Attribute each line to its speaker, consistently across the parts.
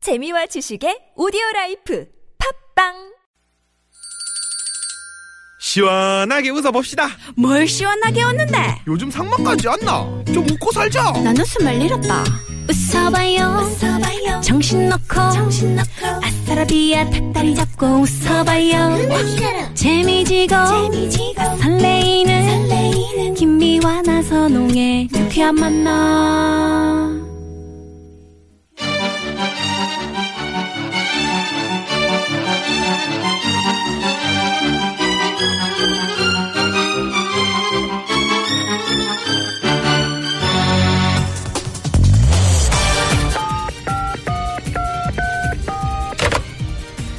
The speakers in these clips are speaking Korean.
Speaker 1: 재미와 지식의 오디오 라이프 팝빵
Speaker 2: 시원하게 웃어봅시다.
Speaker 3: 뭘 시원하게 웃는데
Speaker 2: 요즘 상만까지 안 나. 좀 웃고 살자.
Speaker 3: 난 웃음을 잃었다 웃어봐요, 정신 놓고 아싸라비아 닭다리 잡고 웃어봐요 재미지고, 설레이는, 김미와 나선홍의 유쾌한 만남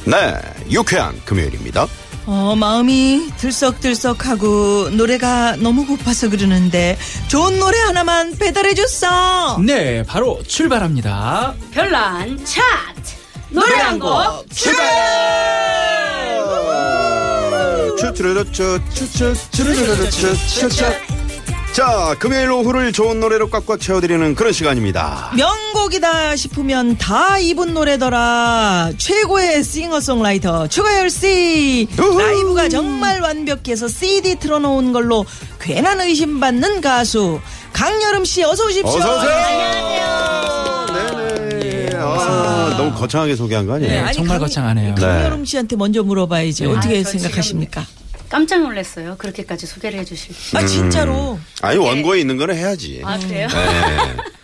Speaker 4: 네, 유쾌한 금요일입니다.
Speaker 5: 어, 마음이 들썩들썩하고 노래가 너무 고파서 그러는데 좋은 노래 하나만 배달해 줬어.
Speaker 6: 네, 바로 출발합니다.
Speaker 7: 별난 차트 노래 한곡
Speaker 4: 자, 금요일 오후를 좋은 노래로 꽉꽉 채워드리는 그런 시간입니다.
Speaker 5: 명곡이다 싶으면 다 이분 노래더라. 최고의 싱어송라이터 추가열 씨.
Speaker 4: 우후.
Speaker 5: 라이브가 정말 완벽해서 CD 틀어놓은 걸로 괜한 의심받는 가수 강여름 씨 어서 오십시오.
Speaker 4: 어서오세요!
Speaker 7: 예,
Speaker 4: 네네. 아, 너무 거창하게 소개한 거
Speaker 5: 네,
Speaker 4: 아니에요?
Speaker 5: 아니,
Speaker 6: 정말
Speaker 5: 강-
Speaker 6: 거창하네요.
Speaker 4: 네.
Speaker 5: 강여름 씨한테 먼저 물어봐야지 어떻게 생각하십니까?
Speaker 7: 깜짝 놀랐어요 그렇게까지 소개를 해주실
Speaker 5: 아
Speaker 4: 음.
Speaker 5: 진짜로.
Speaker 4: 아니, 원고에 있는 거는 해야지.
Speaker 7: 예. 아 그래요?
Speaker 4: 네.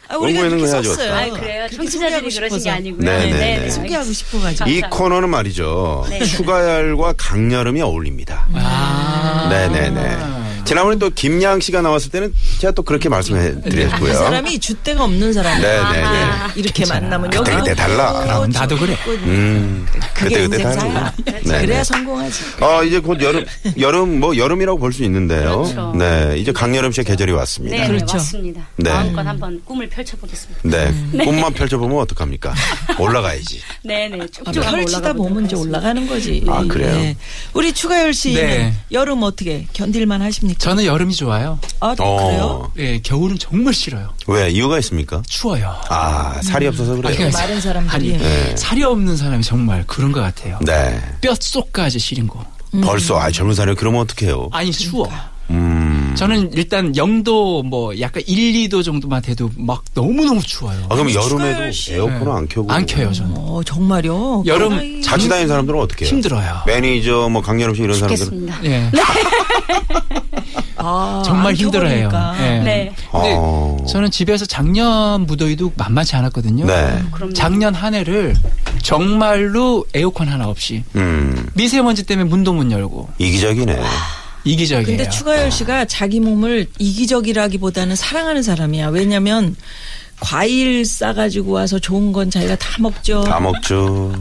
Speaker 5: 아,
Speaker 4: 원고에 있는 거
Speaker 5: 그렇게
Speaker 4: 해야지 어떡해.
Speaker 5: 썼어요.
Speaker 7: 아 그래요?
Speaker 5: 그렇게 소개하고
Speaker 7: 청취자들이 그러신 게
Speaker 5: 싶어서.
Speaker 7: 아니고요
Speaker 4: 네, 네, 네.
Speaker 5: 소개하고 싶어가지고.
Speaker 4: 이 코너는 말이죠.
Speaker 7: 네.
Speaker 4: 추가열과 강여름이 어울립니다.
Speaker 7: 아.
Speaker 6: 아,
Speaker 4: 네. 네네네. 지난번에 또 김양 씨가 나왔을 때는 제가 또 그렇게 말씀해
Speaker 7: 네,
Speaker 5: 이
Speaker 4: 드렸고요.
Speaker 5: 사람이 줏대가 없는 사람이야. 아,
Speaker 4: 네네네.
Speaker 5: 이렇게 만나면 여기
Speaker 4: 그때 달라.
Speaker 6: 그럼 어, 나도 그래.
Speaker 4: 음,
Speaker 5: 그게
Speaker 4: 그때 그때
Speaker 5: 인생
Speaker 4: 다르구나.
Speaker 5: 사야.
Speaker 4: 네,
Speaker 5: 그래야
Speaker 4: 네.
Speaker 5: 성공하지.
Speaker 4: 아 이제 곧 여름 여름 뭐 여름이라고 볼 수 있는데요.
Speaker 7: 그렇죠.
Speaker 4: 네 이제 강여름 씨의 계절이 왔습니다.
Speaker 7: 네,
Speaker 5: 그렇죠.
Speaker 7: 네 맞습니다
Speaker 4: 네.
Speaker 7: 마음껏 한번 꿈을 펼쳐보겠습니다
Speaker 4: 네, 꿈만 펼쳐보면 어떡합니까? 올라가야지.
Speaker 7: 네네 쭉쭉 한번
Speaker 5: 펼치다 보면 이제
Speaker 7: 올라가보도록 하겠습니다.
Speaker 5: 올라가는 거지. 네.
Speaker 4: 아, 그래요?
Speaker 5: 우리 추가열 씨는
Speaker 6: 네.
Speaker 5: 여름 어떻게 견딜만 하십니까?
Speaker 6: 저는 여름이 좋아요.
Speaker 5: 아,
Speaker 4: 어.
Speaker 5: 그래요?
Speaker 6: 네, 겨울은 정말 싫어요.
Speaker 4: 왜 이유가 있습니까?
Speaker 6: 추워요.
Speaker 4: 아 살이 없어서 그래요.
Speaker 6: 그러니까
Speaker 5: 마른 사람들이.
Speaker 6: 아니, 살이 없는 사람이 정말 그런 것 같아요.
Speaker 4: 네,
Speaker 6: 뼛속까지 시린 거.
Speaker 4: 벌써 아 젊은 살이 그러면 어떡해요?
Speaker 6: 아니, 추워.
Speaker 4: 그러니까. 음,
Speaker 6: 저는 일단 영도 뭐 약간 1, 2도 정도만 돼도 막 너무너무 추워요.
Speaker 4: 아 그럼 여름에도
Speaker 5: 추가열 씨.
Speaker 4: 에어컨을 안 켜고
Speaker 6: 네. 안 켜요, 저는.
Speaker 5: 어, 정말요?
Speaker 6: 여름
Speaker 5: 아이,
Speaker 4: 같이 다니는 사람들은 어떻게 해요? 네.
Speaker 6: 힘들어요.
Speaker 4: 매니저 뭐 강여름 씨 이런 사람들은
Speaker 7: 좋겠습니다
Speaker 6: 예.
Speaker 5: 아,
Speaker 6: 정말
Speaker 5: 안
Speaker 6: 힘들어해요.
Speaker 5: 켜보니까.
Speaker 6: 예.
Speaker 7: 네
Speaker 6: 근데
Speaker 4: 어.
Speaker 6: 저는 집에서 작년 무더위도 만만치 않았거든요.
Speaker 4: 네.
Speaker 7: 그럼요.
Speaker 6: 작년 한 해를 정말로 에어컨 하나 없이
Speaker 4: 음
Speaker 6: 미세먼지 때문에 문도 못 열고
Speaker 4: 이기적이네.
Speaker 6: 이기적이에요.
Speaker 4: 예.
Speaker 5: 근데 추가열 씨가 자기 몸을 이기적이라기보다는 사랑하는 사람이야. 왜냐면 과일 싸가지고 와서 좋은 건 자기가 다 먹죠.
Speaker 4: 다 먹죠.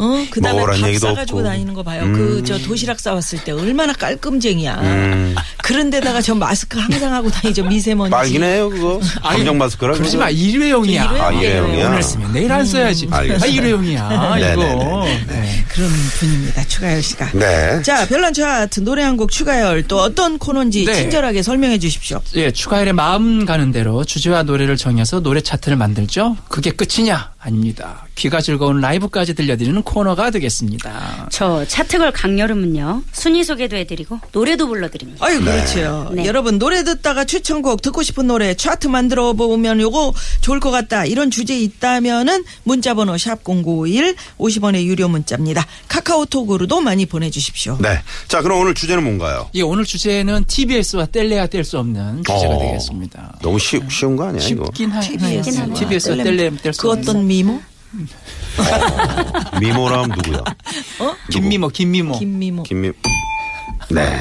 Speaker 5: 어, 그 다음에
Speaker 4: 먹으란
Speaker 5: 밥
Speaker 4: 얘기도
Speaker 5: 싸가지고
Speaker 4: 없고.
Speaker 5: 다니는 거 봐요.
Speaker 4: 음.
Speaker 5: 그 저 도시락 싸왔을 때 얼마나 깔끔쟁이야.
Speaker 4: 음.
Speaker 5: 그런데다가 저 마스크 항상 하고 다니죠 미세먼지.
Speaker 4: 빨긴 해요 그거. 검정 마스크라.
Speaker 6: 그러지
Speaker 4: 그거.
Speaker 6: 마 일회용이야.
Speaker 4: 아, 일회용이야.
Speaker 6: 오늘 쓰면 내일 안 써야지.
Speaker 4: 알겠습니다.
Speaker 6: 아 일회용이야
Speaker 4: 네, 네,
Speaker 6: 이거.
Speaker 4: 네,
Speaker 6: 네.
Speaker 5: 그런 분입니다 추가열 씨가.
Speaker 4: 네.
Speaker 5: 자 별난 차트 노래 한 곡 추가열 또 어떤 코너인지
Speaker 6: 네.
Speaker 5: 친절하게 설명해 주십시오.
Speaker 6: 예, 추가일의 마음 가는 대로 주제와 노래를 정해서 노래 차트를 만들죠. 그게 끝이냐? 아닙니다. 귀가 즐거운 라이브까지 들려드리는 코너가 되겠습니다.
Speaker 7: 저 차트걸 강여름은요 순위 소개도 해드리고 노래도 불러드립니다
Speaker 5: 아유 그렇죠.
Speaker 7: 네.
Speaker 5: 여러분 노래 듣다가 추천곡 듣고 싶은 노래 차트 만들어 보면 요거 좋을 것 같다 이런 주제 있다면은 문자번호 샵 #0951 50원의 유료 문자입니다. 카카오톡으로도 많이 보내주십시오.
Speaker 4: 네. 자, 그럼 오늘 주제는 뭔가요?
Speaker 6: 예, 오늘 주제는 TBS와 뗄래야 뗄 수 없는 주제가
Speaker 4: 어.
Speaker 6: 되겠습니다.
Speaker 4: 너무 쉬, 쉬운 거 아니야, 이거?
Speaker 6: 쉽긴 하네요.
Speaker 5: TBS.
Speaker 6: TBS와
Speaker 4: 네.
Speaker 6: 뗄래야 뗄 수
Speaker 5: 그
Speaker 6: 없는.
Speaker 5: 어떤 미모?
Speaker 4: 어, 미모라면 누구야?
Speaker 6: 김미모, 김미모.
Speaker 5: 어? 김미모.
Speaker 4: 김미. 네.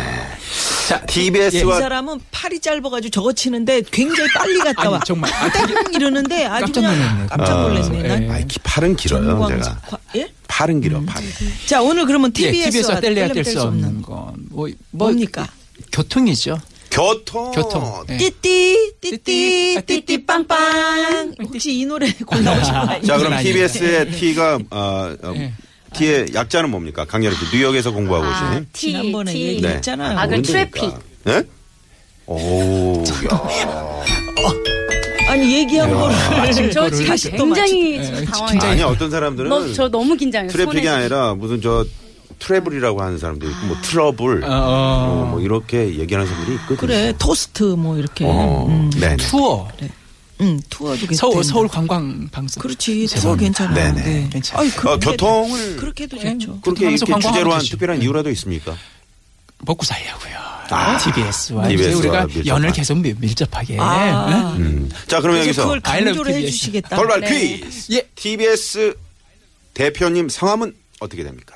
Speaker 6: 자, 예,
Speaker 5: 예, 이
Speaker 4: TBS와
Speaker 5: 사람은 팔이 짧아가지고 저거 치는데 굉장히 빨리 갔다
Speaker 6: 아니,
Speaker 5: 와.
Speaker 6: 정말. 아,
Speaker 5: 땡 이러는데 아주
Speaker 6: 깜짝
Speaker 5: 그냥
Speaker 6: 놀랐네.
Speaker 5: 깜짝 놀랐네.
Speaker 6: 어,
Speaker 5: 난
Speaker 6: 예.
Speaker 4: 아이, 기- 팔은 길어요,
Speaker 5: 전광-
Speaker 4: 제가.
Speaker 5: 과- 음. 예?
Speaker 4: 팔은 길어, 팔.
Speaker 5: 자 오늘 그러면 TBS와,
Speaker 6: 예, TBS와 뗄래야 뗄 수
Speaker 5: 뗄수
Speaker 6: 없는 건 뭐, 뭐
Speaker 5: 뭡니까?
Speaker 6: 교통이죠.
Speaker 4: 교통.
Speaker 6: 교통. 예.
Speaker 5: 네. 띠띠
Speaker 6: 띠띠,
Speaker 5: 띠띠
Speaker 6: 아,
Speaker 5: 띠띠 빵빵. 혹시 이 노래 골라오신 거 아니에요?
Speaker 4: 자, 그럼
Speaker 6: 아니에요.
Speaker 4: TBS의 T가 어, 어, T의 약자는 뭡니까? 강렬히 그 뉴욕에서 공부하고
Speaker 7: 아,
Speaker 4: 오신.
Speaker 7: T,
Speaker 5: 지난번에
Speaker 4: 네.
Speaker 7: T.
Speaker 5: 얘기- 있잖아요.
Speaker 4: 예?
Speaker 7: 아, 그
Speaker 4: 모르니까.
Speaker 7: 트래픽.
Speaker 4: 네? 오, 야.
Speaker 5: 아니 얘기한 거를
Speaker 7: 저 지금 네,
Speaker 5: 다시 또
Speaker 7: 굉장히
Speaker 6: 맞추-
Speaker 7: 지금
Speaker 6: 예,
Speaker 7: 당황해요.
Speaker 4: 아니 어떤 사람들은
Speaker 7: 너, 저 너무 긴장해요.
Speaker 4: 트래픽이
Speaker 7: 손에.
Speaker 4: 아니라 무슨 저 트래블이라고 하는 사람도 있고 뭐 트러블
Speaker 6: 어, 어.
Speaker 4: 어, 뭐 이렇게 얘기하는 사람들이 있거든요.
Speaker 5: 아. 그래 토스트 뭐 이렇게
Speaker 4: 어,
Speaker 5: 음,
Speaker 4: 네.
Speaker 6: 투어.
Speaker 5: 음, 투어도 괜찮다.
Speaker 6: 서울 서울 관광 방송. 예,
Speaker 5: 그렇지 투어 괜찮아.
Speaker 4: 네네.
Speaker 5: 네.
Speaker 6: 괜찮아요.
Speaker 5: 아이, 그런
Speaker 4: 어,
Speaker 5: 게-
Speaker 4: 교통을
Speaker 5: 그렇게도
Speaker 6: 네.
Speaker 5: 좋죠.
Speaker 4: 그렇게
Speaker 6: 방송
Speaker 4: 이렇게
Speaker 6: 광고
Speaker 4: 주제로
Speaker 6: 하면
Speaker 4: 한
Speaker 6: 되지.
Speaker 5: 네.
Speaker 4: 특별한 이유라도 있습니까?
Speaker 6: 먹고 살려고요.
Speaker 4: 아,
Speaker 6: TBS와 이제
Speaker 4: TBS 와
Speaker 6: 우리가
Speaker 4: 밀접한.
Speaker 6: 연을 계속 밀- 밀접하게.
Speaker 5: 아,
Speaker 6: 네.
Speaker 4: 음. 자 그럼
Speaker 5: 그래서
Speaker 4: 여기서
Speaker 5: 그걸 강조를
Speaker 6: I love
Speaker 5: 해주시겠다.
Speaker 4: 돌발
Speaker 5: 네.
Speaker 4: 퀴즈.
Speaker 6: 예.
Speaker 4: TBS 대표님 성함은 어떻게 됩니까?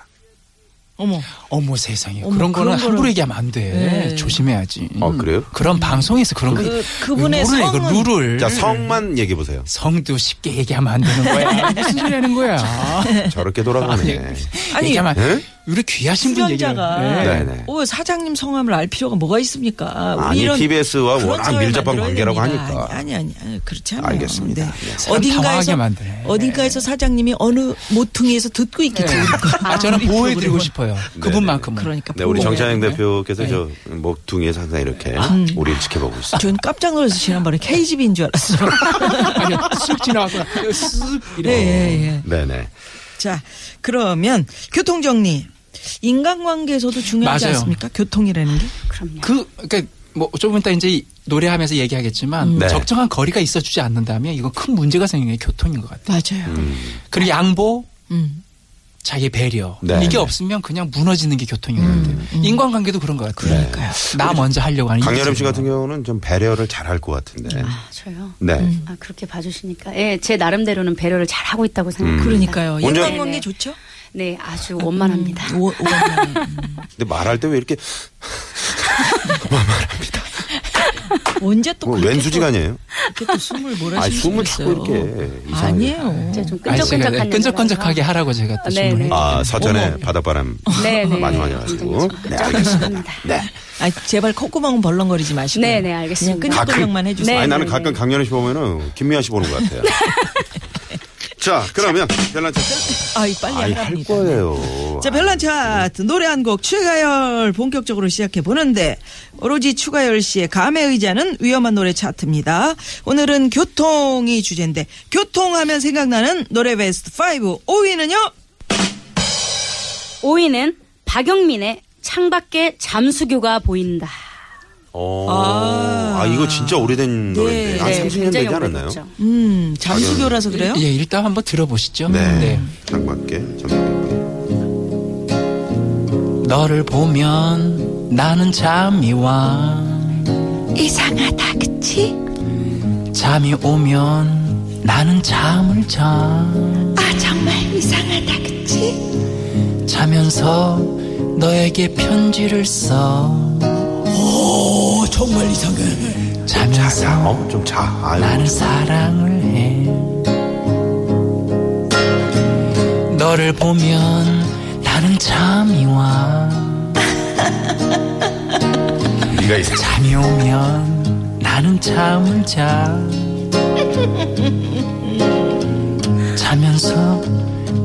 Speaker 5: 어머,
Speaker 6: 어머 세상에
Speaker 5: 어머,
Speaker 6: 그런 거는
Speaker 5: 그런
Speaker 6: 함부로
Speaker 5: 거는-
Speaker 6: 얘기하면 안 돼.
Speaker 5: 네. 음.
Speaker 6: 조심해야지.
Speaker 4: 어, 그래요?
Speaker 6: 그런 방송에서 그런 거
Speaker 5: 그- 그분의
Speaker 6: 모르네, 이거
Speaker 5: 성은-
Speaker 6: 룰을.
Speaker 4: 자 성만 얘기해 보세요.
Speaker 6: 성도 쉽게 얘기하면 안 되는 거야. 무슨 소리 하는 거야.
Speaker 4: 저렇게 돌아가네.
Speaker 5: 아니,
Speaker 6: 얘기하면
Speaker 4: 예?
Speaker 6: 우리 귀하신 분 얘기를.
Speaker 5: 출연자가
Speaker 6: 네.
Speaker 4: 네네.
Speaker 5: 오 사장님 성함을 알 필요가 뭐가 있습니까? 우리
Speaker 4: 아니,
Speaker 5: 이런
Speaker 4: TBS 와
Speaker 5: 그런
Speaker 4: 워낙
Speaker 5: 사회
Speaker 4: 밀접한
Speaker 5: 만들어야
Speaker 4: 관계라고
Speaker 5: 됩니다.
Speaker 4: 하니까.
Speaker 5: 아니 아니, 아니 그렇지 않아요.
Speaker 4: 알겠습니다. 네.
Speaker 5: 네.
Speaker 6: 사람
Speaker 5: 어딘가에서
Speaker 6: 당황하게 만드네.
Speaker 5: 어딘가에서 사장님이 어느 모퉁이에서 듣고 있겠지. 우리가.
Speaker 6: 아 저는
Speaker 5: 우리
Speaker 6: 보호해드리고
Speaker 5: 프로그램은.
Speaker 6: 싶어요. 그분만큼은.
Speaker 5: 그러니까
Speaker 4: 네, 우리
Speaker 5: 보호해야
Speaker 4: 정찬영
Speaker 5: 돼.
Speaker 4: 대표께서 저
Speaker 5: 네.
Speaker 4: 목둥이에서 항상 이렇게
Speaker 5: 음.
Speaker 4: 우리를 지켜보고 있어요.
Speaker 5: 전 깜짝 놀라서 지난번에 KGB인 줄 알았어.
Speaker 6: 아니 쓱 지나가고 쓱
Speaker 5: 예,
Speaker 6: 이렇게.
Speaker 5: 예, 예.
Speaker 4: 음. 네네.
Speaker 5: 자, 그러면 교통정리. 인간관계에서도 중요하지
Speaker 6: 맞아요.
Speaker 5: 않습니까? 교통이라는 게.
Speaker 7: 그럼요.
Speaker 6: 그 그러니까 뭐 조금 이따 이제 이 노래하면서 얘기하겠지만
Speaker 4: 네.
Speaker 6: 적정한 거리가 있어주지 않는다면 이건 큰 문제가 생기는 게 교통인 것 같아요.
Speaker 5: 맞아요.
Speaker 4: 음.
Speaker 6: 그리고 양보,
Speaker 5: 음.
Speaker 6: 자기 배려
Speaker 4: 네. 음.
Speaker 6: 이게
Speaker 4: 네.
Speaker 6: 없으면 그냥 무너지는 게 교통인 것 같아요. 인간관계도 그런 것 같아요.
Speaker 5: 그러니까요.
Speaker 6: 나 먼저 하려고 하는
Speaker 4: 강여름
Speaker 6: 이기적인
Speaker 4: 씨 같은
Speaker 6: 거.
Speaker 4: 경우는 좀 배려를 잘 할 것 같은데.
Speaker 7: 아, 저요.
Speaker 4: 네.
Speaker 7: 아, 그렇게 봐주시니까. 예, 제 나름대로는 배려를 잘 하고 있다고 생각합니다.
Speaker 5: 그러니까요.
Speaker 4: 운전-
Speaker 5: 인간관계
Speaker 7: 네네.
Speaker 5: 좋죠? 음.
Speaker 7: 네, 아주 원만합니다.
Speaker 5: 오, 오,
Speaker 4: 근데 말할 때 왜 이렇게
Speaker 5: 언제 또
Speaker 4: 뭐
Speaker 5: 그렇게 또,
Speaker 4: 왼수지간이에요?
Speaker 5: 이렇게 또 숨을 몰아쉬고
Speaker 4: 아, 숨을 자꾸 이렇게 이상하게. 네.
Speaker 5: 아니에요.
Speaker 7: 제가 좀
Speaker 6: 아니, 제가
Speaker 7: 끈적끈적한
Speaker 6: 끈적끈적하게 하라고 제가 또
Speaker 7: 네,
Speaker 6: 질문을
Speaker 7: 네.
Speaker 6: 했
Speaker 4: 아, 서천에 바닷바람
Speaker 7: 네네.
Speaker 4: 많이 많이 와가지고. 네, 알겠습니다. 네.
Speaker 5: 아, 제발 콧구멍은 벌렁거리지 마시고.
Speaker 7: 네네, 알겠습니다.
Speaker 5: 그냥 끈적끈적만 해주세요.
Speaker 7: 네,
Speaker 4: 아니, 나는
Speaker 7: 네,
Speaker 4: 가끔
Speaker 7: 네.
Speaker 4: 강여름 씨 보면은 김미아 씨 보는 것 같아요. 자, 그러면 별난 차트.
Speaker 5: 아이, 빨리
Speaker 4: 아이,
Speaker 5: 하랍니다.
Speaker 4: 할 거예요.
Speaker 5: 자, 별난 차트 노래 한 곡 추가열 본격적으로 시작해 보는데 오로지 추가열 씨의 감에 의자는 위험한 노래 차트입니다. 오늘은 교통이 주제인데 교통하면 생각나는 노래 베스트 5 5위는요.
Speaker 7: 5위는 박영민의 창밖에 잠수교가 보인다.
Speaker 4: 어. 아, 이거 진짜 오래된 노래인데. 한
Speaker 7: 네,
Speaker 4: 30년 되지
Speaker 7: 굉장히
Speaker 4: 않았나요?
Speaker 7: 오래됐죠.
Speaker 5: 음, 잠수교라서
Speaker 4: 아,
Speaker 5: 그래요?
Speaker 6: 예, 일단 한번 들어보시죠.
Speaker 4: 네.
Speaker 6: 네.
Speaker 4: 장밖에 잠깐.
Speaker 6: 너를 보면 나는 잠이 와
Speaker 3: 이상하다 그치?
Speaker 6: 잠이 오면 나는 잠을 자
Speaker 3: 아 정말 이상하다 그치?
Speaker 6: 자면서 너에게 편지를 써
Speaker 5: 어, 정말 이상해.
Speaker 6: 자면서
Speaker 4: 자, 어, 좀 자. 아유.
Speaker 6: 나는 사랑을 해 너를 보면 나는 잠이 와
Speaker 4: 네가 이상.
Speaker 6: 잠이 오면 나는 잠을 자 자면서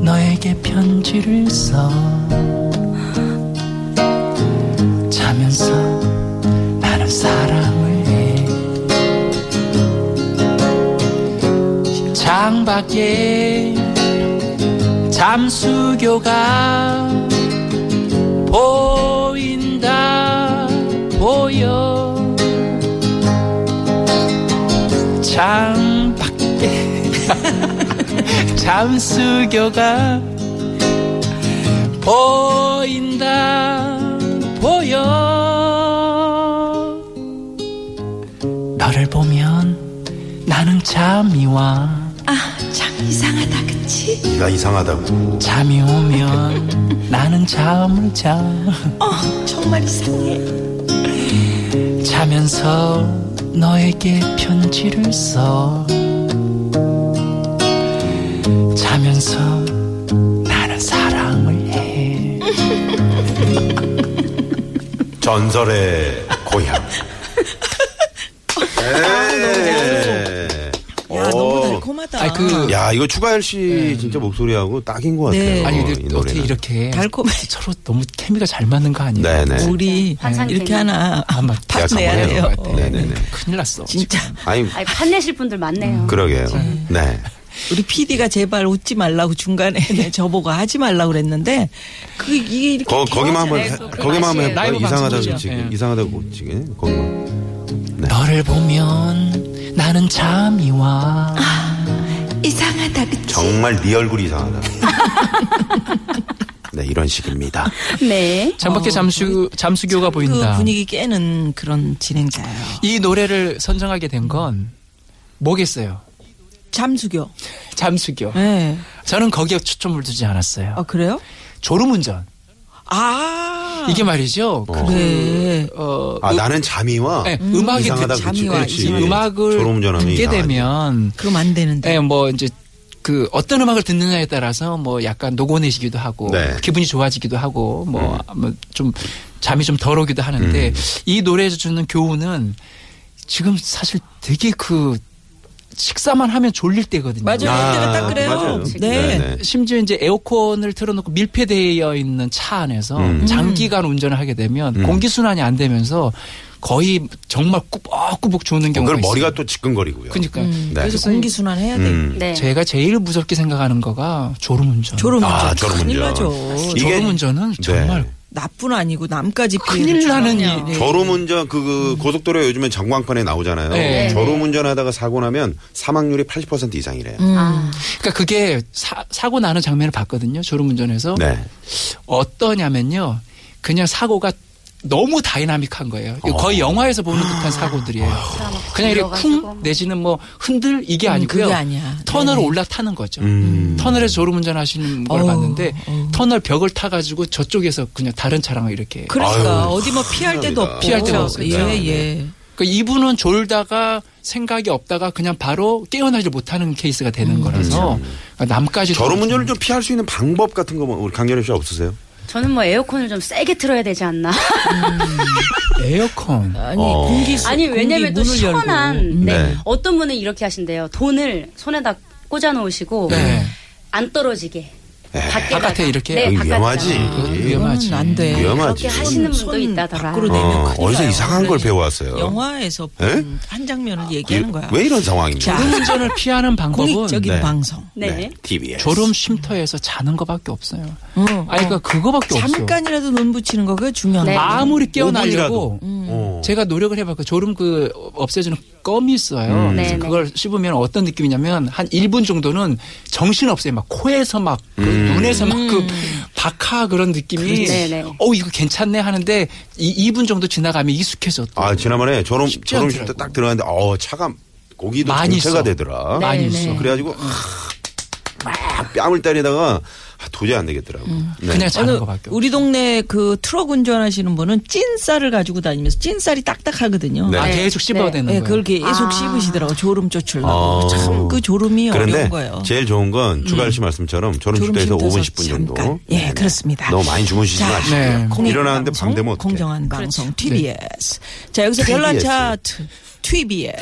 Speaker 6: 너에게 편지를 써 자면서 나는 사랑을 해 창밖에 잠수교가 보인다 보여 창밖에 잠수교가 보인다 보여 너를 보면 나는 잠이 와
Speaker 3: 참 이상하다 그치?
Speaker 4: 네가 이상하다고.
Speaker 6: 잠이 오면 나는 잠을 자
Speaker 5: 어,
Speaker 3: 정말 이상해
Speaker 6: 자면서 너에게 편지를 써 자면서 나는 사랑을 해
Speaker 4: 음. 전설의 고향. 에. 예.
Speaker 5: 야, 아, 너무 달콤하다.
Speaker 4: 어.
Speaker 6: 아니, 그
Speaker 4: 야 이거 추가열 씨 진짜 목소리하고 딱인 것 같아요.
Speaker 5: 네.
Speaker 6: 아니
Speaker 4: 이
Speaker 6: 근데 어떻게
Speaker 4: 노래는.
Speaker 6: 이렇게
Speaker 5: 달콤해.
Speaker 6: 서로 너무 케미가 잘 맞는 거 아니에요?
Speaker 4: 네네.
Speaker 5: 우리
Speaker 7: 환상이
Speaker 5: 이렇게
Speaker 7: 되는.
Speaker 5: 하나
Speaker 6: 아마
Speaker 5: 팍 내야
Speaker 4: 약간
Speaker 5: 돼요.
Speaker 4: 뭐예요? 네네네.
Speaker 6: 큰일 났어.
Speaker 5: 진짜
Speaker 4: 아니
Speaker 7: 아니, 판내실 분들 많네요.
Speaker 4: 음, 그러게요. 네.
Speaker 5: 우리 PD가 제발 웃지 말라고 중간에 네, 저보고 하지 말라고 그랬는데 그 이게 이렇게
Speaker 4: 거 거기만 한번
Speaker 7: 네,
Speaker 4: 해-
Speaker 7: 그거
Speaker 4: 거기만 한번
Speaker 7: 맛이에요.
Speaker 4: 해봐.
Speaker 6: 라이브
Speaker 4: 이상하다고
Speaker 6: 방송이죠.
Speaker 4: 지금
Speaker 6: 예.
Speaker 4: 이상하다고 지금 거기만.
Speaker 6: 너를 보면 나는 잠이 와.
Speaker 3: 이상하다 그치
Speaker 4: 정말 네 얼굴이 이상하다. 네 이런 식입니다.
Speaker 7: 네.
Speaker 6: 장밖에 잠수 잠수교가 보인다.
Speaker 5: 어, 그 분위기 깨는 그런 진행자예요.
Speaker 6: 이 노래를 선정하게 된 건 뭐겠어요?
Speaker 5: 잠수교.
Speaker 6: 잠수교.
Speaker 5: 네.
Speaker 6: 저는 거기에 초점을 두지 않았어요.
Speaker 5: 아 그래요?
Speaker 6: 졸음운전.
Speaker 5: 아
Speaker 6: 이게 말이죠. 그,
Speaker 5: 네.
Speaker 6: 어,
Speaker 4: 어. 아 나는 잠이와
Speaker 6: 네, 음악이
Speaker 4: 이상하다 그치.
Speaker 6: 듣,
Speaker 5: 잠이와
Speaker 4: 그렇지.
Speaker 5: 이상하다.
Speaker 6: 음악을
Speaker 4: 졸음운전하면
Speaker 6: 듣게
Speaker 4: 이상하지.
Speaker 6: 되면
Speaker 5: 그럼 안 되는데.
Speaker 6: 예, 뭐 이제 그 어떤 음악을 듣느냐에 따라서 뭐 약간 노곤해지기도 하고
Speaker 4: 네. 음.
Speaker 6: 기분이 좋아지기도 하고 뭐 좀 잠이 좀 덜 오기도 하는데 이 노래에서 주는 교훈은 지금 사실 되게 그 식사만 하면 졸릴 때거든요.
Speaker 5: 맞아요.
Speaker 4: 아,
Speaker 5: 그때가 딱 그래요.
Speaker 4: 맞아요.
Speaker 5: 네.
Speaker 4: 네네.
Speaker 6: 심지어 이제 에어컨을 틀어놓고 밀폐되어 있는 차 안에서
Speaker 4: 음.
Speaker 6: 장기간 운전을 하게 되면
Speaker 4: 음.
Speaker 6: 공기 순환이 안 되면서 거의 정말 꾸벅꾸벅 조는 경우가
Speaker 4: 그걸
Speaker 6: 있어요.
Speaker 4: 머리가 또 지끈거리고요.
Speaker 6: 그러니까
Speaker 5: 음,
Speaker 4: 네.
Speaker 5: 그래서 공기 순환 해야 돼.
Speaker 4: 음.
Speaker 7: 네.
Speaker 6: 제가 제일 무섭게 생각하는 거가 졸음운전.
Speaker 5: 졸음 운전.
Speaker 4: 아, 졸음
Speaker 5: 큰일
Speaker 4: 운전.
Speaker 5: 나죠.
Speaker 4: 이- 이게-
Speaker 6: 졸음운전은 정말
Speaker 4: 네.
Speaker 5: 나뿐 아니고 남까지 피해를
Speaker 6: 큰일
Speaker 5: 주는 네.
Speaker 6: 나는 일.
Speaker 4: 졸음운전 그, 그 고속도로 요즘엔 전광판에 나오잖아요.
Speaker 6: 네.
Speaker 4: 졸음운전하다 가 사고 나면 사망률이 80% 이상이래요.
Speaker 5: 음.
Speaker 7: 아,
Speaker 6: 그러니까 그게 사, 사고 나는 장면을 봤거든요. 졸음운전에서
Speaker 4: 네.
Speaker 6: 어떠냐면요. 그냥 사고가 너무 다이나믹한 거예요.
Speaker 4: 어.
Speaker 6: 이거 거의 영화에서 보는 듯한 사고들이에요.
Speaker 4: 아.
Speaker 6: 그냥 이렇게 쿵 내지는 뭐 흔들 이게
Speaker 5: 음,
Speaker 6: 아니고요.
Speaker 5: 그게 아니야.
Speaker 6: 터널을
Speaker 5: 네네.
Speaker 6: 올라타는 거죠.
Speaker 4: 음.
Speaker 6: 터널에서 졸음운전 하시는 걸
Speaker 5: 어우,
Speaker 6: 봤는데 터널 벽을 타가지고 저쪽에서 그냥 다른 차량을 이렇게
Speaker 5: 그러니까
Speaker 4: 아유,
Speaker 5: 어디 뭐 피할
Speaker 4: 큰일
Speaker 5: 데도
Speaker 4: 납니다.
Speaker 5: 없고.
Speaker 6: 피할 데도 없고.
Speaker 5: 예,
Speaker 4: 네.
Speaker 5: 예.
Speaker 6: 그러니까 이분은 졸다가 생각이 없다가 그냥 바로 깨어나지 못하는 케이스가 되는 거라서 그러니까 남까지
Speaker 4: 졸음운전을 좀 피할 수 있는 방법 같은 거 뭐 우리 강렬희 씨 없으세요?
Speaker 7: 저는 뭐 에어컨을 좀 세게 틀어야 되지 않나.
Speaker 6: 에어컨
Speaker 5: 아니
Speaker 4: 어.
Speaker 5: 공기 수-
Speaker 7: 아니
Speaker 5: 공기
Speaker 7: 왜냐면 또
Speaker 5: 문을 열고.
Speaker 7: 시원한 네.
Speaker 4: 네.
Speaker 7: 어떤 분은 이렇게 하신대요. 돈을 손에다 꽂아 놓으시고
Speaker 6: 네.
Speaker 7: 안 떨어지게 밖에
Speaker 6: 바깥에 이렇게?
Speaker 7: 네,
Speaker 4: 이거 어, 음,
Speaker 7: 바깥에
Speaker 4: 위험하지. 네,
Speaker 6: 그것도 음, 위험하지.
Speaker 5: 그거는 안 돼.
Speaker 4: 위험하지.
Speaker 7: 그렇게 하시는 분도
Speaker 5: 손
Speaker 7: 있다더라.
Speaker 5: 밖으로 내면
Speaker 4: 어,
Speaker 5: 큰일
Speaker 4: 어디서
Speaker 5: 나요. 그렇죠.
Speaker 4: 이상한 걸 배워왔어요.
Speaker 5: 영화에서 본
Speaker 4: 에?
Speaker 5: 한 장면을
Speaker 4: 왜,
Speaker 5: 얘기하는 거야.
Speaker 4: 왜 이런 상황입니까?
Speaker 6: 졸음운전을 피하는 방법은
Speaker 5: 공익적인
Speaker 4: 네.
Speaker 5: 방송.
Speaker 7: 네.
Speaker 4: TBS.
Speaker 6: 졸음 쉼터에서 자는 거밖에 없어요.
Speaker 5: 어,
Speaker 6: 아니 그러니까 그거밖에 없어.
Speaker 5: 잠깐이라도 눈 붙이는 거 그게 중요한
Speaker 7: 네.
Speaker 5: 거야.
Speaker 6: 아무리
Speaker 4: 오분이라도.
Speaker 6: 깨어나려고
Speaker 4: 어.
Speaker 6: 제가 노력을 해봤고 졸음 그 없애주는 껌이 있어요.
Speaker 4: 음.
Speaker 6: 그래서
Speaker 7: 네네.
Speaker 6: 그걸 씹으면 어떤 느낌이냐면 한 1분 정도는 정신 없어요. 막 코에서 막그
Speaker 4: 음.
Speaker 6: 눈에서 막 그 박하 그런 느낌이
Speaker 7: 네네.
Speaker 6: 어 이거 괜찮네 하는데 이 2분 정도 지나가면 익숙해져. 또.
Speaker 4: 아 지난번에 저런
Speaker 6: 쉽지
Speaker 4: 저런 쉴
Speaker 6: 않더라고.
Speaker 4: 때 딱 들어갔는데 어 차가 고기도
Speaker 6: 많이
Speaker 4: 정체가
Speaker 6: 있어.
Speaker 4: 되더라.
Speaker 6: 많이
Speaker 7: 네,
Speaker 6: 있어.
Speaker 7: 네.
Speaker 4: 그래가지고 아, 막 뺨을 때리다가 아, 도저히 안 되겠더라고.
Speaker 5: 음.
Speaker 4: 네.
Speaker 6: 그냥 자는
Speaker 5: 저는
Speaker 6: 거밖에.
Speaker 5: 우리 동네 그 트럭 운전하시는 분은 찐쌀을 가지고 다니면서 찐쌀이 딱딱하거든요.
Speaker 4: 네.
Speaker 6: 없어요. 아 계속 씹어야 되는
Speaker 5: 예,
Speaker 6: 거예요.
Speaker 5: 그걸
Speaker 7: 아.
Speaker 5: 계속 씹으시더라고 졸음 쫓으려고
Speaker 4: 어.
Speaker 5: 참 그 졸음이
Speaker 4: 그런데
Speaker 5: 어려운 거예요. 음.
Speaker 4: 제일 좋은 건 주갈 씨 말씀처럼 졸음 쉴
Speaker 5: 졸음
Speaker 4: 때에서
Speaker 5: 쉼터에서
Speaker 4: 5분 10분 정도. 네.
Speaker 5: 잠깐. 예, 그렇습니다.
Speaker 4: 너무 많이 주무시지
Speaker 5: 자,
Speaker 4: 마시고요.
Speaker 6: 네.
Speaker 5: 공익
Speaker 4: 일어나는데
Speaker 5: 방송,
Speaker 4: 밤 되면 어떡해.
Speaker 5: 공정한 방송 TBS. 자 여기서 별난
Speaker 4: TBS.
Speaker 5: 차트 TBS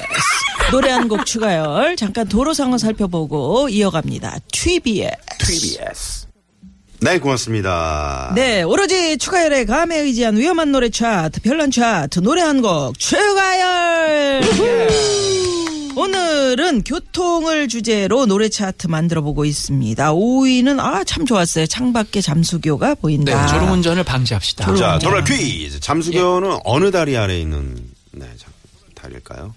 Speaker 5: 노래 한 곡 추가열 잠깐 도로 상황 살펴보고 이어갑니다. TBS.
Speaker 4: TBS. 네 고맙습니다.
Speaker 5: 네, 오로지 추가열의 감에 의지한 위험한 노래 차트, 별난 차트, 노래 한 곡 추가열. 오늘은 교통을 주제로 노래 차트 만들어 보고 있습니다. 5위는 아 참 좋았어요. 창밖에 잠수교가
Speaker 6: 네,
Speaker 5: 보인다.
Speaker 6: 졸음운전을 방지합시다.
Speaker 4: 자 돌발 퀴즈. 잠수교는
Speaker 5: 예.
Speaker 4: 어느 다리 아래 있는 네 자, 다리일까요?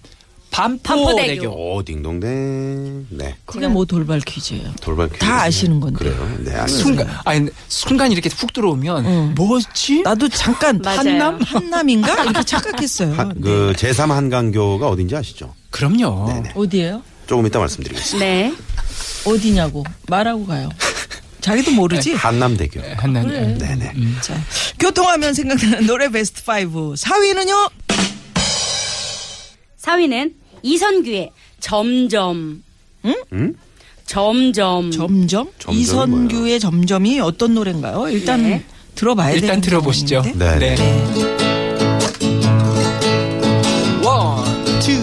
Speaker 6: 반포대교.
Speaker 4: 오 딩동댕. 네
Speaker 5: 그게 뭐 돌발 퀴즈예요.
Speaker 4: 돌발 퀴즈.
Speaker 5: 다 아시는 건데.
Speaker 4: 그래요. 네 알겠습니다.
Speaker 6: 순간 아니 순간 이렇게 훅 들어오면 뭐지?
Speaker 5: 나도 잠깐
Speaker 7: 맞아요.
Speaker 5: 한남 한남인가 이렇게 착각했어요. 네.
Speaker 4: 한- 그 제3 한강교가 어딘지 아시죠?
Speaker 6: 그럼요.
Speaker 4: 네,
Speaker 5: 어디예요?
Speaker 4: 조금 이따 말씀드리겠습니다.
Speaker 7: 네.
Speaker 5: 어디냐고 말하고 가요. 자기도 모르지.
Speaker 4: 한남대교.
Speaker 6: 한나
Speaker 4: 네네.
Speaker 5: 자, 교통하면 생각나는 노래 베스트 5. 4위는요?
Speaker 7: 4위는 이선규의 점점.
Speaker 4: 응?
Speaker 7: 점점.
Speaker 5: 점점?
Speaker 4: 점점이
Speaker 5: 이선규의 점점이 어떤 노래인가요? 일단
Speaker 7: 네.
Speaker 5: 들어봐야 되는
Speaker 6: 일단 들어보시죠.
Speaker 5: 부분인데.
Speaker 4: 네. 네.
Speaker 6: One, two,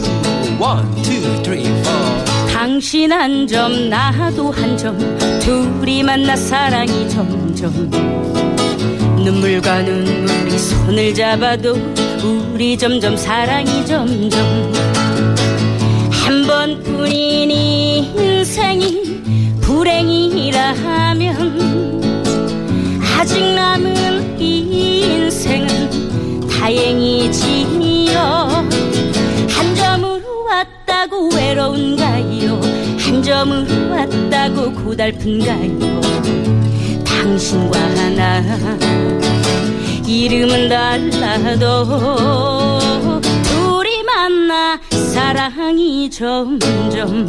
Speaker 6: one, two, three, four.
Speaker 7: 당 당신 한 점 나도 한 점 둘이 만나 사랑이 점점 눈물과 눈물이 손을 잡아도 우리 점점 사랑이 점점 한 번뿐인 인생이 불행이라 하면 아직 남은 이 인생은 다행이지요 한 점으로 왔다고 외로운가요 한 점으로 왔다고 고달픈가요 당신과 하나 이름은 달라도 둘이 만나 사랑이 점점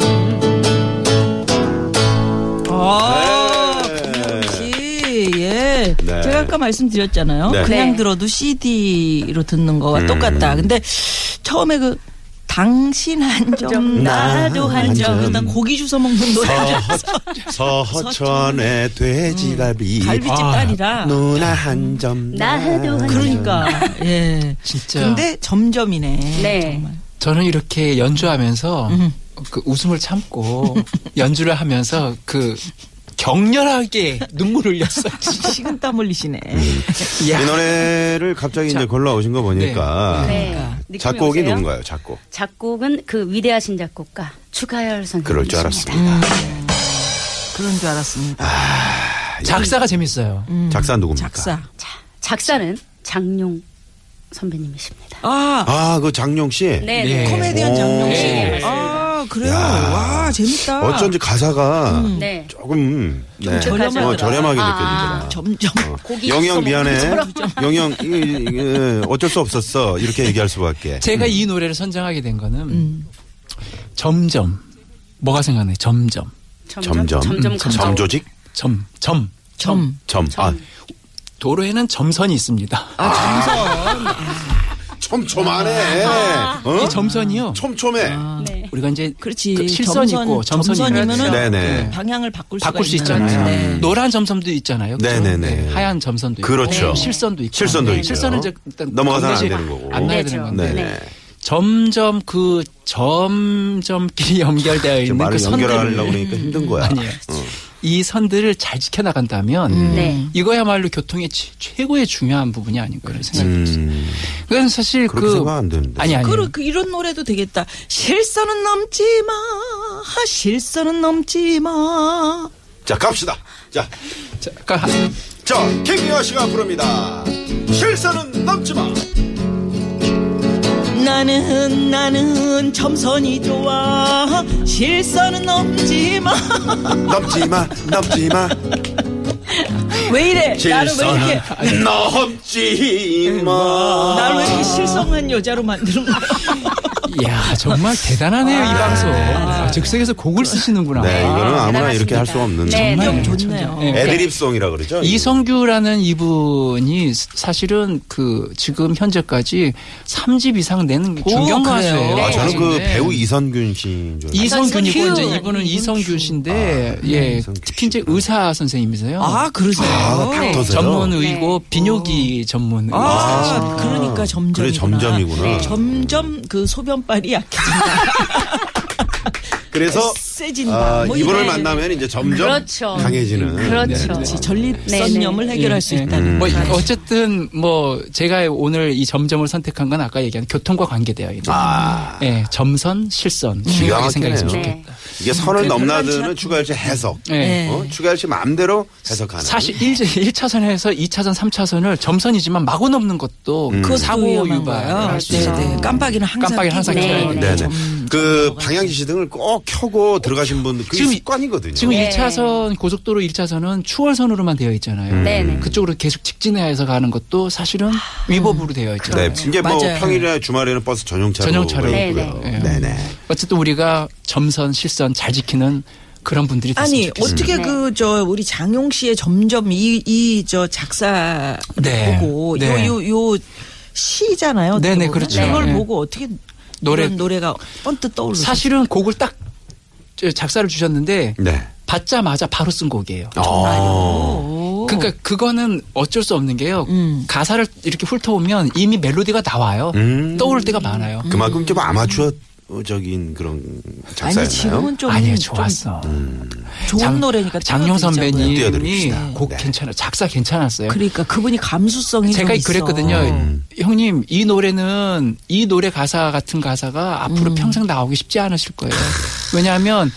Speaker 5: 아,
Speaker 4: 네.
Speaker 5: 금영 씨, 예.
Speaker 4: 네.
Speaker 5: 제가 아까 말씀드렸잖아요.
Speaker 4: 네. 음.
Speaker 5: 그냥
Speaker 7: 네.
Speaker 5: 들어도 CD로 듣는 거와 똑같다. 근데 처음에 그 당신 한 점
Speaker 4: 아,
Speaker 5: 나도 한 점 일단 고기 주워 먹는 노래
Speaker 4: 서천의 돼지갈비
Speaker 5: 음. 갈비집
Speaker 6: 아.
Speaker 5: 딸이라
Speaker 4: 누나 한 점
Speaker 7: 나도 한
Speaker 5: 그러니까 예
Speaker 6: 진짜.
Speaker 5: 근데 점점이네
Speaker 7: 네.
Speaker 5: 정말
Speaker 6: 저는 이렇게 연주하면서 그 웃음을 참고 연주를 하면서 그 격렬하게 눈물을 흘렸어요.
Speaker 5: 식은 땀 흘리시네
Speaker 4: 음. 이 노래를 갑자기 이제 골라오신 거 보니까
Speaker 7: 네. 느낌이
Speaker 4: 작곡이
Speaker 7: 오세요?
Speaker 4: 누군가요? 작곡
Speaker 7: 작곡은 그 위대하신 작곡가 추가열 선생님
Speaker 4: 그럴 줄 알았습니다.
Speaker 5: 그런 줄 알았습니다 음.
Speaker 6: 작사가 재밌어요.
Speaker 4: 아, 예. 작사 누굽니까?
Speaker 5: 작사
Speaker 7: 작사는 장용 선배님이십니다
Speaker 5: 아
Speaker 4: 아, 그 장용 씨.
Speaker 7: 네,
Speaker 6: 네.
Speaker 7: 네.
Speaker 5: 코미디언
Speaker 4: 오.
Speaker 5: 장용
Speaker 7: 네,
Speaker 5: 씨아 그래요
Speaker 4: 야.
Speaker 5: 와 재밌다
Speaker 4: 어쩐지 가사가
Speaker 7: 네.
Speaker 4: 조금 네.
Speaker 5: 저렴하더라.
Speaker 4: 어, 저렴하게 어.
Speaker 7: 아,
Speaker 4: 느껴지더라.
Speaker 5: 점점 고기
Speaker 4: 영영
Speaker 5: 주워
Speaker 4: 미안해.
Speaker 5: 먹는 사람.
Speaker 4: 영영 이, 이, 이, 어쩔 수 없었어. 이렇게 얘기할 수밖에.
Speaker 6: 제가 이 노래를 선정하게 된 거는
Speaker 5: 음.
Speaker 6: 점점 뭐가 생각나요? 점점
Speaker 4: 점점
Speaker 7: 점점 가까워.
Speaker 4: 점조직
Speaker 6: 점 점.
Speaker 5: 점
Speaker 4: 점. 아,
Speaker 6: 도로에는 점선이 있습니다.
Speaker 4: 촘촘하네. 어?
Speaker 6: 이 점선이요.
Speaker 4: 촘촘해.
Speaker 7: 네.
Speaker 6: 우리가 이제
Speaker 5: 그렇지.
Speaker 6: 그 실선
Speaker 5: 점선,
Speaker 6: 있고 점선이
Speaker 5: 점선이면은
Speaker 6: 있잖아요.
Speaker 4: 네네.
Speaker 5: 방향을 바꿀,
Speaker 6: 바꿀 수
Speaker 5: 수가 있는
Speaker 6: 있잖아요. 음.
Speaker 5: 거지. 네.
Speaker 6: 노란 점선도 있잖아요. 그죠?
Speaker 4: 네네네.
Speaker 6: 하얀 점선도 있고.
Speaker 4: 그렇죠.
Speaker 6: 네. 실선도 있고.
Speaker 4: 실선도 있고요.
Speaker 6: 실선은 이제 일단
Speaker 4: 넘어가서는 안
Speaker 6: 건너지-
Speaker 4: 되는 거고.
Speaker 6: 안 나야
Speaker 7: 네,
Speaker 6: 되는
Speaker 7: 그렇죠.
Speaker 6: 건데.
Speaker 4: 네네.
Speaker 7: 네.
Speaker 6: 점점 그 점점끼리
Speaker 4: 지금
Speaker 6: 연결되어 있는 그
Speaker 4: 말을 연결하려고
Speaker 6: 선들을
Speaker 4: 그러니까 힘든 거야.
Speaker 6: 아니에요. 이 선들을 잘 지켜 나간다면
Speaker 4: 음.
Speaker 7: 네.
Speaker 6: 이거야말로 교통의 치- 최고의 중요한 부분이 아닌가 그런 생각이 들어요.
Speaker 4: 음,
Speaker 6: 그건 사실
Speaker 4: 그렇게
Speaker 6: 그
Speaker 4: 생각 안 되는데.
Speaker 6: 아니 아니.
Speaker 5: 그러, 그 이런 노래도 되겠다. 실선은 넘지 마. 실선은 넘지 마.
Speaker 4: 자, 갑시다. 자,
Speaker 6: 그러니까
Speaker 4: 자, 김미화 씨가 부릅니다. 실선은 넘지 마.
Speaker 5: 나는 나는 점선이 좋아. 실선은 넘지 마.
Speaker 4: 넘지 마, 넘지 마.
Speaker 5: 왜 이래? 나를 왜 이렇게
Speaker 4: 실선은 넘지 마.
Speaker 5: 나를 왜 이렇게 실성한 여자로 만드는 거야?
Speaker 6: 야 정말 대단하네요 이 방송. 아, 즉석에서 곡을 쓰시는구나.
Speaker 4: 네, 이거는 아무나 이렇게 할 수 없는.
Speaker 7: 네,
Speaker 6: 정말
Speaker 7: 네.
Speaker 5: 아, 좋네요.
Speaker 6: 네.
Speaker 4: 애드립송이라 그러죠?
Speaker 6: 이성규라는 이분이 스- 사실은 그 지금 현재까지 3집 이상 내는
Speaker 5: 오,
Speaker 6: 중견
Speaker 5: 그래요?
Speaker 6: 가수예요.
Speaker 4: 아, 저는 그
Speaker 6: 네.
Speaker 4: 배우 이선균 씨인 줄. 알았어요.
Speaker 6: 이성균이고
Speaker 7: 이성균.
Speaker 6: 이제
Speaker 5: 아,
Speaker 6: 이분은 이성균 씨인데
Speaker 4: 아, 네,
Speaker 6: 예
Speaker 4: 이성균
Speaker 6: 특히 이제 의사 선생님이세요.
Speaker 5: 아, 그러세요?
Speaker 4: 아,
Speaker 5: 네.
Speaker 4: 닥터세요?
Speaker 6: 전문 의고 비뇨기 전문.
Speaker 5: 아, 그러니까 점점.
Speaker 4: 그래,
Speaker 5: 아.
Speaker 4: 점점이구나.
Speaker 5: 네, 점점 그 소변빨이 약해진다.
Speaker 4: 그래서
Speaker 5: 세진다.
Speaker 4: 아,
Speaker 5: 뭐
Speaker 4: 이분을
Speaker 5: 이런-
Speaker 4: 만나면 이제 점점
Speaker 7: 그렇죠.
Speaker 4: 강해지는.
Speaker 7: 그렇죠.
Speaker 5: 그렇지.
Speaker 7: 네,
Speaker 5: 전립선염을
Speaker 7: 네.
Speaker 5: 해결할 수 있다는
Speaker 4: 음.
Speaker 6: 뭐
Speaker 5: 거죠.
Speaker 6: 어쨌든 뭐 제가 오늘 이 점점을 선택한 건 아까 얘기한 교통과 관계되어 있는
Speaker 4: 아.
Speaker 6: 예 점선 실선
Speaker 4: 기가
Speaker 6: 중요하게
Speaker 4: 막히네요.
Speaker 6: 생각했으면
Speaker 7: 네.
Speaker 6: 좋겠다.
Speaker 4: 이게 선을
Speaker 5: 그
Speaker 4: 넘나드는
Speaker 5: 별난
Speaker 4: 추가열 씨 해석.
Speaker 6: 예.
Speaker 5: 네.
Speaker 4: 어? 추가열 씨 마음대로 해석하는.
Speaker 6: 사실 일 1차선에서 2차선, 3차선을 점선이지만 마구 넘는 것도
Speaker 4: 음.
Speaker 6: 그 사고
Speaker 5: 위험한
Speaker 6: 유발.
Speaker 5: 거예요. 네네. 그렇죠. 깜빡이는 항상
Speaker 6: 깜빡이는 음. 항상
Speaker 5: 끼고
Speaker 7: 켜야
Speaker 5: 있어요.
Speaker 7: 돼요.
Speaker 4: 네네.
Speaker 5: 점-
Speaker 4: 그 방향지시 등을 꼭 켜고 들어가신 분들 그게
Speaker 6: 지금 이-
Speaker 4: 습관이거든요.
Speaker 6: 지금
Speaker 7: 네.
Speaker 6: 일 1차선 고속도로 1차선은 추월선으로만 되어
Speaker 4: 음.
Speaker 6: 있잖아요.
Speaker 7: 네네.
Speaker 6: 그쪽으로 계속 직진해서 가는 것도 사실은 위법으로 되어 있잖아요.
Speaker 4: 네, 이제 뭐
Speaker 5: 맞아요.
Speaker 4: 평일이나 주말에는 버스 전용차로
Speaker 6: 전용차로
Speaker 4: 있고요.
Speaker 6: 네, 네.
Speaker 4: 네네.
Speaker 6: 어쨌든 우리가 점선, 실선 잘 지키는 그런 분들이 됐으면
Speaker 5: 아니
Speaker 6: 좋겠어요.
Speaker 5: 어떻게
Speaker 7: 네.
Speaker 5: 그 저 우리 장용 씨의 점점 이 이 저 작사
Speaker 6: 네.
Speaker 5: 보고
Speaker 6: 네.
Speaker 5: 요 요 요 시잖아요. 어떻게
Speaker 6: 네네,
Speaker 5: 보면.
Speaker 6: 그렇죠.
Speaker 5: 그걸
Speaker 6: 네.
Speaker 5: 보고 어떻게 노래
Speaker 6: 노래-
Speaker 5: 이런 노래가 언뜻 떠오르죠.
Speaker 6: 사실은 곡을 딱 작사를 주셨는데
Speaker 4: 네.
Speaker 6: 받자마자 바로 쓴 곡이에요.
Speaker 4: 아.
Speaker 5: 어.
Speaker 6: 그러니까 그거는 어쩔 수 없는 게요.
Speaker 5: 음.
Speaker 6: 가사를 이렇게 훑어보면 이미 멜로디가 나와요.
Speaker 4: 음.
Speaker 5: 음.
Speaker 6: 떠오를 때가 많아요.
Speaker 4: 그만큼 좀 아마추어 대표적인 그런 작사였나요?
Speaker 5: 아니 지금은 좀
Speaker 6: 아니에요,
Speaker 5: 좀
Speaker 6: 좋았어.
Speaker 5: 음. 좋은 노래니까
Speaker 6: 장용
Speaker 5: 띄워드리자고요.
Speaker 6: 선배님이
Speaker 4: 띄워드립시다.
Speaker 6: 그러니까 곡
Speaker 4: 네.
Speaker 6: 괜찮아, 작사 괜찮았어요.
Speaker 5: 그러니까 그분이 감수성이
Speaker 6: 제가
Speaker 5: 좀 있어. 음.
Speaker 6: 그랬거든요. 형님, 이 노래는 이 노래 가사 같은 가사가
Speaker 5: 음.
Speaker 6: 앞으로 평생 나오기 쉽지 않으실 거예요. 왜냐하면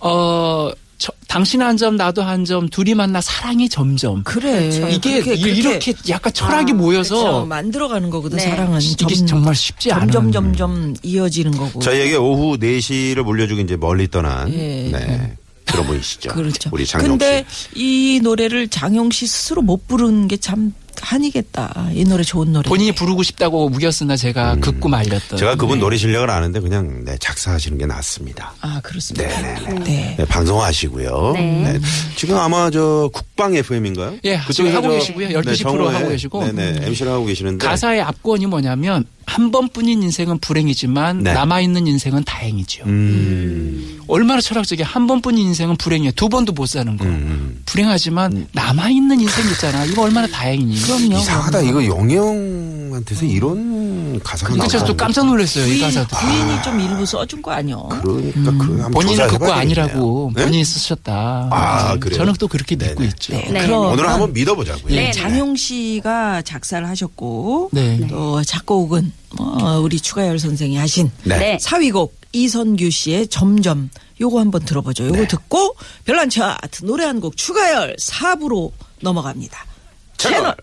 Speaker 6: 어 저- 당신 한 점, 나도 한 점, 둘이 만나 사랑이 점점.
Speaker 5: 그래
Speaker 6: 이게
Speaker 5: 그렇게,
Speaker 6: 이- 이렇게 약간 철학이 모여서
Speaker 5: 그렇죠. 만들어가는 거거든
Speaker 7: 네.
Speaker 5: 사랑은
Speaker 6: 이게 정말 쉽지 않은.
Speaker 5: 점점 점점 이어지는 거고
Speaker 4: 저희에게 오후 4시를 물려주고 이제 멀리 떠난
Speaker 5: 뭐 예.
Speaker 4: 네. 들어보시죠.
Speaker 5: 그렇죠.
Speaker 4: 우리 장용
Speaker 5: 근데
Speaker 4: 씨.
Speaker 5: 이 노래를 장용 씨 스스로 못 부르는 게 참 한이겠다. 이 노래 좋은 노래.
Speaker 6: 본인이 부르고 싶다고 우겼으나 제가
Speaker 5: 어,
Speaker 6: 극구 말렸던.
Speaker 4: 제가 그분
Speaker 5: 네.
Speaker 4: 노래 실력을 아는데 그냥 네, 작사하시는 게 낫습니다.
Speaker 5: 아 그렇습니다.
Speaker 4: 네네네.
Speaker 5: 네.
Speaker 4: 네, 방송하시고요.
Speaker 7: 네.
Speaker 4: 지금 아마 저 국방 FM인가요? 네,
Speaker 6: 예, 지금 하고 계시고요. 12시 프로 하고 계시고. 음.
Speaker 4: 네네. MC를 하고 계시는데.
Speaker 6: 가사의 앞권이 뭐냐면 한 번뿐인 인생은 불행이지만
Speaker 4: 네.
Speaker 6: 남아 있는 인생은 다행이죠.
Speaker 4: 음.
Speaker 6: 얼마나 철학적이야. 한 번뿐인 인생은 불행이야. 두 번도 못 사는 거.
Speaker 4: 음.
Speaker 6: 불행하지만 남아 있는 인생 있잖아. 이거 얼마나 다행이니.
Speaker 5: 음.
Speaker 6: 그럼요.
Speaker 4: 이상하다. 이거 영영한테서 이런 가사가 나오는
Speaker 6: 그래서 또 깜짝 놀랐어요.
Speaker 4: 음.
Speaker 6: 이 가사 듣고.
Speaker 5: 부인이 좀 일부 써준 거 아니요?
Speaker 4: 그러니까 그 한번
Speaker 6: 본인은
Speaker 4: 아, 조사해봐야
Speaker 6: 그거
Speaker 4: 되겠네요.
Speaker 6: 아니라고
Speaker 4: 네?
Speaker 6: 본인이 쓰셨다.
Speaker 4: 아, 그래요?
Speaker 6: 저는 또 그렇게 믿고
Speaker 4: 네네.
Speaker 6: 있죠.
Speaker 5: 네.
Speaker 7: 네.
Speaker 5: 그럼
Speaker 4: 오늘 한번 믿어보자고요.
Speaker 7: 네.
Speaker 5: 장용 씨가 작사를 하셨고
Speaker 6: 네.
Speaker 5: 또 작곡은 뭐 우리 추가열 선생이 하신
Speaker 4: 네.
Speaker 7: 네.
Speaker 5: 사위곡 이선규 씨의 점점 요거 한번 들어보죠. 요거 듣고 별난 차트 노래 한 곡 추가열 4부로 넘어갑니다. 채널